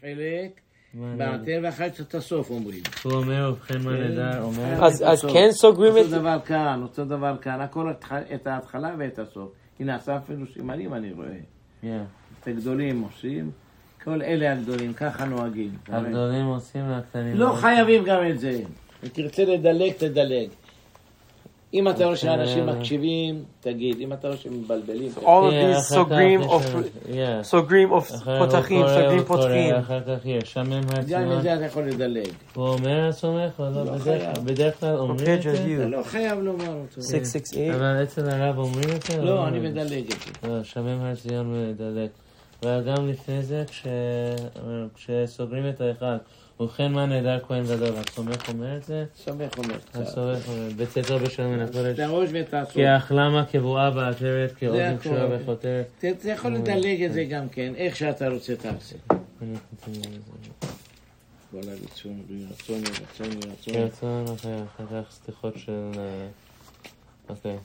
חלק, מה נדע? בעטר והחיץ את הסוף אומרים. הוא אומר, ובכן מה כן, נדע, אומר, אז אז כן סוגרים את אותו זה? דבר כאן, אותו דבר כאן, הכל התח- את ההתחלה ואת הסוף. הנה, עשה אפילו סימנים אני רואה. כן. את הגדולים עושים, כל אלה הגדולים, ככה נוהגים. אתה רואה? הגדולים עושים והקטנים לא חייבים גם את זה. אם תרצה לדלג, תדלג. אם אתה רואה שאנשים מקשיבים, תגיד. אם אתה רואה שמבלבלים, תגיד. All of כן, these אחר כך סוגרים יש- of- כן. סוגרים of- אחרי הוא פותחים, קורא, סוגרים הוא קורא, פותחים. אחר כך יש שם הם גם עצמם. את זה אתה יכול לדלג. הוא אומר הסומך, או לא, לא בדרך- חייב. אוקיי, בדרך כלל אומרים את Perpetual זה, אתה view. לא חייב לומר אותו. 668. אבל אצל הרב אומרים את זה? או לא, אני אומרים? מדלג את זה. לא, שמם הר ציון מדלג. אבל גם לפני זה, כש... כשסוגרים את ההיכל, ובכן מה נהדר כהן גדול, הסומך אומר את זה? סומך אומר קצת. הסומך אומר, בצאתו בשלום מן הקודש. את הראש ואת הסוף. כי האחלמה קבועה בעטרת, כאוזן הכל. קשורה וחותרת. אתה אתה יכול לדלג את זה גם כן, איך שאתה רוצה תעשה. אני מתנצל. כל הרצון, רצון, רצון, רצון. כרצון אחר, אחר כך סליחות של... אה, אוקיי.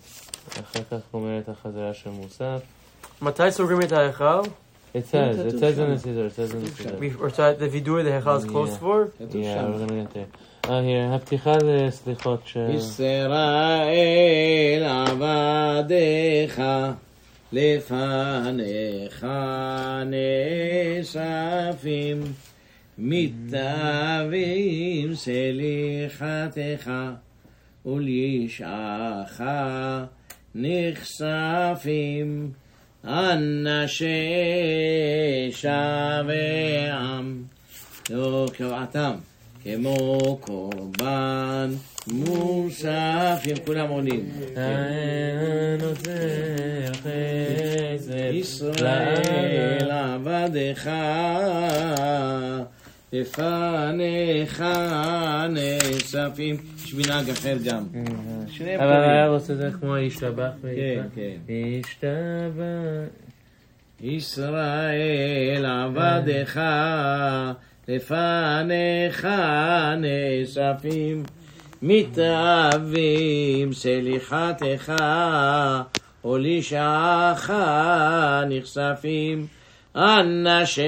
אחר כך אומרת החזרה של מוסף. מתי סוגרים את ההיכל? כן, אצל, אצל זה נסידר, אצל זה נסידר. מתי- זה וידוי להיכל is closed for? כתוב שם. כן, הפתיחה לסליחות של... ישראל עבדיך לפניך נאספים מתאבים סליחתך ולישעך נחשפים אנשי שבעם לא קראתם כמו קורבן מוספים, כולם עונים. האל נוזר חסד ישראל עבדך לפניך נאספים. יש מנהג אחר גם. שניהם אבל קוראים. היה רוצה זה כמו ישתבח כן, כן. ישתבח. ישראל עבדך לפניך נאספים מתאהבים סליחתך הולישעך נחשפים אנשי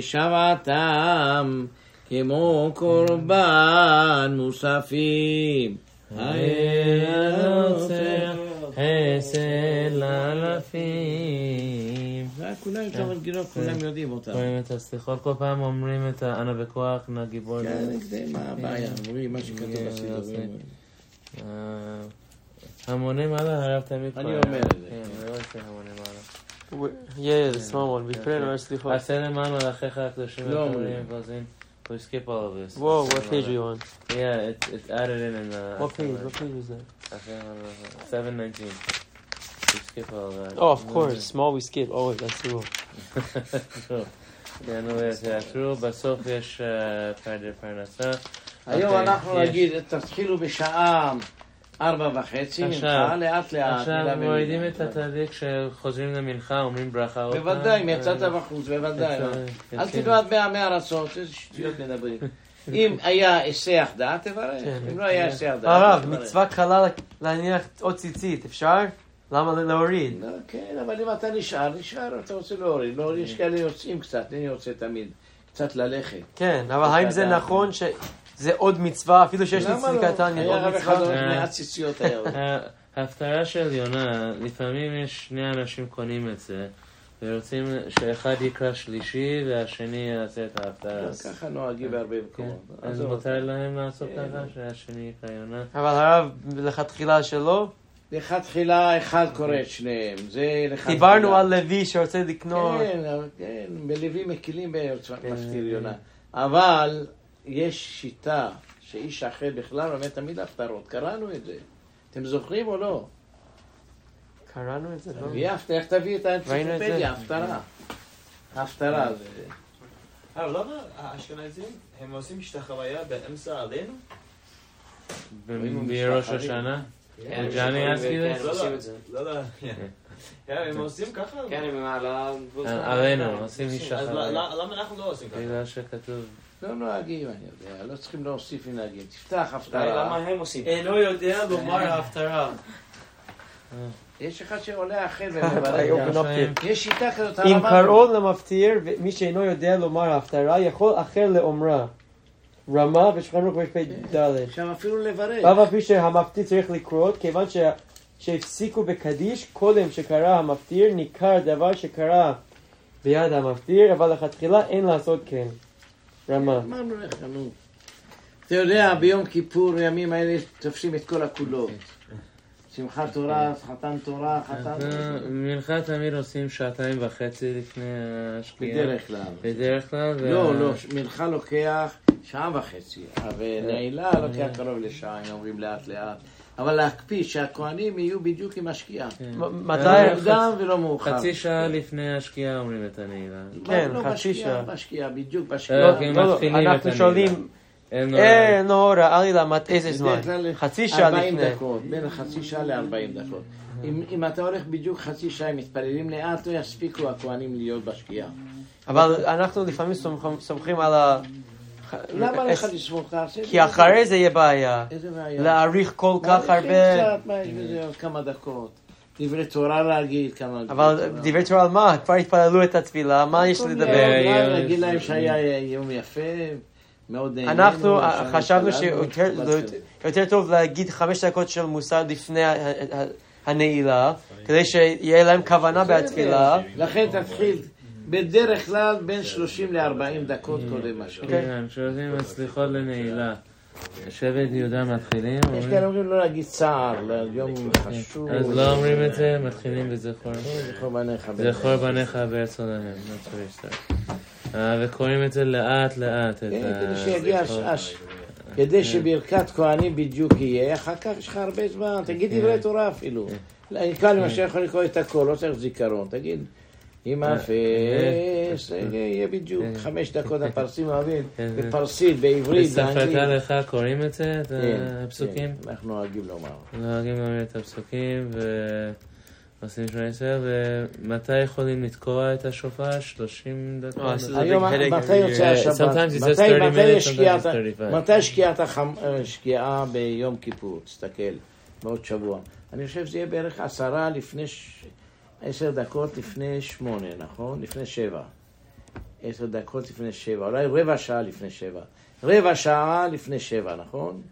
שבתם כמו קורבן מוספים. הנוצר חסד לאלפים. כולם יש להם מנגינות, כולם יודעים אותם. אומרים את הסליחות, כל פעם אומרים את האנה בכוח, נא גיבור. כן, זה מה הבעיה, אומרים מה שכתוב בסידורים. אה, המונים עלה, הרב תמיד אני כהן. אומר את זה, כן, אני אומר שהמונים עלה. Yeah, the small one. בפרנו יש סליחות. עשה למען מלאכיך הקדושים לא והקדומים אומרים. ועוזרים. We skip all of this. Whoa, what page are you on? Yeah, it's, it's added in in the... What page? What page was that? עשה למען מלאכיך. 719. We skip all of that. Oh, of course. Small we skip. Always. That's the rule. טוב. כן, נו, זה עצרו. בסוף יש אה, פרדר פרנסה. כן, היום אוקיי, אנחנו יש. נגיד, תתחילו בשעה ארבע וחצי, עכשיו. מנחה לאט לאט. מילה עכשיו במילה. מורידים את התהליך שחוזרים למנחה, אומרים ברכה עוד פעם. בוודאי, אם אה, יצאת בחוץ, בוודאי. אה. יצא- כן, כן, אל יוצאים. תדעו עד מאה מאה רצות, איזה שטויות מדברים. אם היה היסח דעת, תברך. כן, אם לא היה היסח דעת, הרב, תברך. מצווה קלה להניח עוד ציצית. אפשר? למה להוריד? לא, כן, אבל אם אתה נשאר, נשאר, אתה רוצה להוריד. לא, יש כאלה יוצאים קצת, אני רוצה תמיד. קצת ללכת. כן, אבל האם זה אתה- נכון שזה עוד מצווה, אפילו שיש לי למה ציצית לא? קטן, יש היה עוד רב אחד, מצווה? עוד אה. מעט ציציות היה. עוד. ההפטרה של יונה, לפעמים יש שני אנשים קונים את זה, ורוצים שאחד יקרא שלישי והשני יעשה את ההפטרה. ככה נוהגים בהרבה כן. מקומות. אז אוקיי. עזוב. מותר להם לעשות כן. ככה, שהשני יקרא יונה? אבל הרב, לכתחילה שלא. לכתחילה אחד קורא את שניהם, זה לכתחילה. דיברנו על לוי שרוצה לקנות. כן, אבל- כן, בלוי מקילים בארץ כן, מפטיר יונה. אבל יש שיטה שאיש אחר בכלל אומר תמיד הפטרות, קראנו את זה. אתם זוכרים או לא? קראנו את זה, לא? ויפת, איך תביא את ראינו את זה. כן. האנציקלופדיה? הפטרה. הפטרה זה. הרב, אה, למה האשכנזים, הם עושים השתחוויה באמצע עלינו? אם בראש הוא השנה? כן, ג'אני אסקי זה? כן, עושים את זה. לא, לא. כן, הם עושים ככה? כן, הם מעלה... אה, עלינו, עושים איש אז אחר. ל- ל- למה אנחנו לא עושים ככה? בגלל שכתוב... לא נוהגים, אני יודע, לא צריכים להוסיף מנהגים. תפתח אולי למה אה, לא הפטרה. הם עושים? אינו יודע לומר ההפטרה. יש אחד שעולה החבל היי, לברך אופן גם. אופן. מפטיר. יש שיטה כזאת, לא- אם הרמב"ם- קראו למפטיר, מי שאינו יודע לומר הפטרה, יכול אחר לאומרה. רמה ושולחן ערוך פ"ד. שם אפילו לברך. אף על פי שהמפטיר צריך לקרות, כיוון ש... שהפסיקו בקדיש, קודם שקרא המפטיר, ניכר דבר שקרא ביד המפטיר, אבל לכתחילה אין לעשות כן. רמה. אמרנו לך, נו. אתה יודע, ביום כיפור, בימים האלה, תופסים את כל הכולות. שמחת תורה, חתן תורה, חתן... אה, מנחת תמיד עושים שעתיים וחצי לפני השקיעה. בדרך כלל. אה, בדרך כלל. וה- לא, לא, מנחה לוקח שעה וחצי, ונעילה לוקח קרוב לשעה, אם אומרים לאט לאט. אבל להקפיד שהכוהנים יהיו בדיוק עם השקיעה. כן. מ- לא מתי... מוקדם ולא מאוחר. כן, חצי שעה לפני השקיעה אומרים את הנעילה. כן, לא, חצי בשקיעה, שעה. בשקיעה, בדיוק לא, בשקיעה. כי הם לא, לא, מתחילים את אנחנו הנעילה. שואלים, אה, אין נורא. אין הוראה לי למת איזה זמן. בדרך כלל חצי שעה 40 לפני. דקות, בין חצי שעה ל-40 דקות. אם, אם אתה הולך בדיוק חצי שעה, הם מתפללים לאט, לא יספיקו הכוהנים להיות בשקיעה. אבל אנחנו לפעמים סומכים- סומכים על ה... אה, למה לך לסמוך? תעשה את כי אחרי זה יהיה בעיה. איזה בעיה? להעריך כל כך הרבה... קצת, מה, יש בזה עוד כמה דקות. דברי תורה להגיד כמה... אבל דברי תורה. דברי תורה על מה? כבר התפללו את התפילה, מה יש טוב לדבר? אה, מאוד, יום- להגיד להם שהיה אה, יום יפה, מאוד נהנינו. אנחנו אה, ישנו חשבנו התפללנו, שיותר התפללנו. יותר טוב להגיד חמש דקות של מוסר לפני ה- ה- הנעילה, כדי שיהיה להם כוונה בתפילה. לכן תתחיל בדרך כלל בין 30 ל-40 דקות קודם משהו. כן, שעושים מצליחות לנעילה. שבט יהודה מתחילים. יש אומרים- כאלה אומרים לא להגיד צער, ליום חשוב. אז לא אומרים את זה, מתחילים בזכור. זכור בניך. זכור בניך ברצונם. נתחיל להשתער. אה, וקוראים את זה לאט לאט. את כן, ה- כדי שיגיע הזכור. השעש. כן. כדי שברכת כהנים בדיוק יהיה, אחר כך יש לך הרבה זמן, כן. תגיד דברי תורה אפילו. כאן למשל יכול לקרוא את הכל, לא צריך זיכרון, תגיד. עם אה, אפס, יהיה בדיוק חמש דקות הפרסים אוהבים, כן. בפרסית, בעברית, באנגלית. בספרתה לך קוראים את זה, את כן, הפסוקים? כן, אנחנו נוהגים לומר. נוהגים לומר את הפסוקים ועושים שמונה ישראל, ומתי יכולים לתקוע את השופר? 30 דקות? אה, זה- היום, big headache מתי יוצא every year. השבת? Sometimes it's just מתי- 30 מתי minutes, יש sometimes שקיעת- it's 35. מתי שקיעת החמ- אה, שקיעה ביום כיפור? תסתכל, בעוד שבוע. אני חושב שזה יהיה בערך עשרה לפני, ש- עשר דקות לפני שמונה, נכון? לפני שבע. עשר דקות לפני שבע, אולי רבע שעה לפני שבע. רבע שעה לפני שבע, נכון?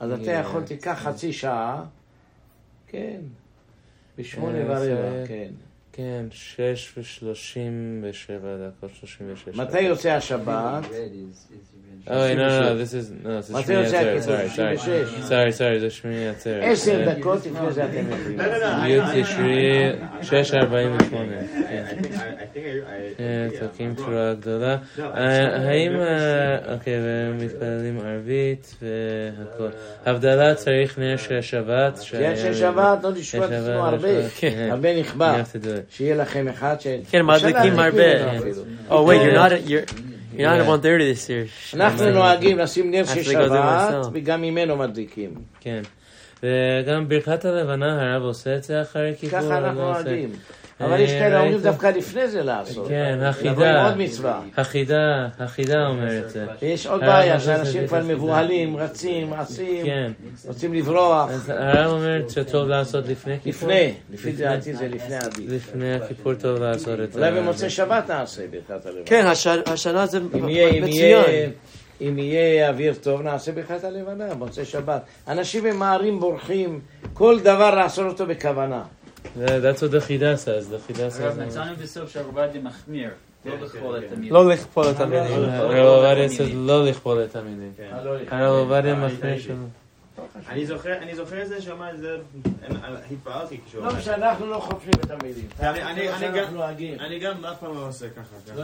אז אתה אה, יכול, תיקח חצי שעה, כן, בשמונה אה, ורבע, זה- כן. כן, 6 ו-37 דקות, 36 דקות. מתי יוצא השבת? אוי, לא, לא, this is, no, זה מתי שמיני יוצא הכסף? עצרת, sorry, sorry, 36. sorry, sorry, זה שמיני אה, עצרת. עשר דקות לפני זה אתם יודעים. לא, No, no, no. I- י' I- I- תשרי, I- I- I- 648. I think I, I think I, I, כן, yeah, צועקים I'm wrong. תפילה גדולה. No, I- אה, האם, I- אה, אוקיי, ומתפללים ערבית והכל. הבדלה צריך נר של שבת. כן, של שבת, לא לשפוט של עצמו שבת, הרבה, כן. הרבה You נכבד. have to do it. שיהיה לכם אחד ש... כן, מדליקים אפשר להדליק אותו הרבה. אפילו. Oh wait, you're Yeah. not at, you're, you're not at Yeah. 130 this year. אנחנו נוהגים לשים נר של I forgot it שבת, myself. וגם ממנו מדליקים. כן. וגם ברכת הלבנה, הרב עושה את זה אחרי כיפור. ככה או אנחנו לא עושה? נוהגים. אה, אבל יש כאלה אומרים ראיתי. דווקא לפני זה לעשות. כן, לבוא עם החידה. עוד מצווה. החידה, החידה אומר את זה. ויש עוד אה, בעיה, אבל זה- שאנשים זה- כבר זה- מבוהלים, רצים, עשים, כן. אה, רוצים לברוח. אז הרב אומר שטוב לעשות לפני כיפור. לפני, לפי דעתי זה לפני עדיף. לפני הכיפור טוב לעשות את זה. אולי במוצאי שבת נעשה ברכת הלבנה. כן, הש- השנה זה אם יהיה, אם יהיה, מצוין. אם יהיה אוויר טוב, נעשה ברכת הלבנה, מוצאי שבת. אנשים ממהרים, בורחים, כל דבר לעשות אותו בכוונה. זה- That's what the חידה says, the חידה says. הרב, מצאנו בסוף שהרב עובדיה מחמיר, לא בכל התמיד. לא לכפול את המילים. הרב עובדיה says לא לכבול את המילים. כן. הרב עובדיה מחמיר שלו. אני זוכר, אני זוכר את זה, שאמר את זה, אני- התפעלתי כשהוא לא אמר. משנה, אנחנו לא חופשים את המילים. אני- אני- אני גם- אנחנו נוהגים. אני גם אף פעם לא עושה ככה. ככה.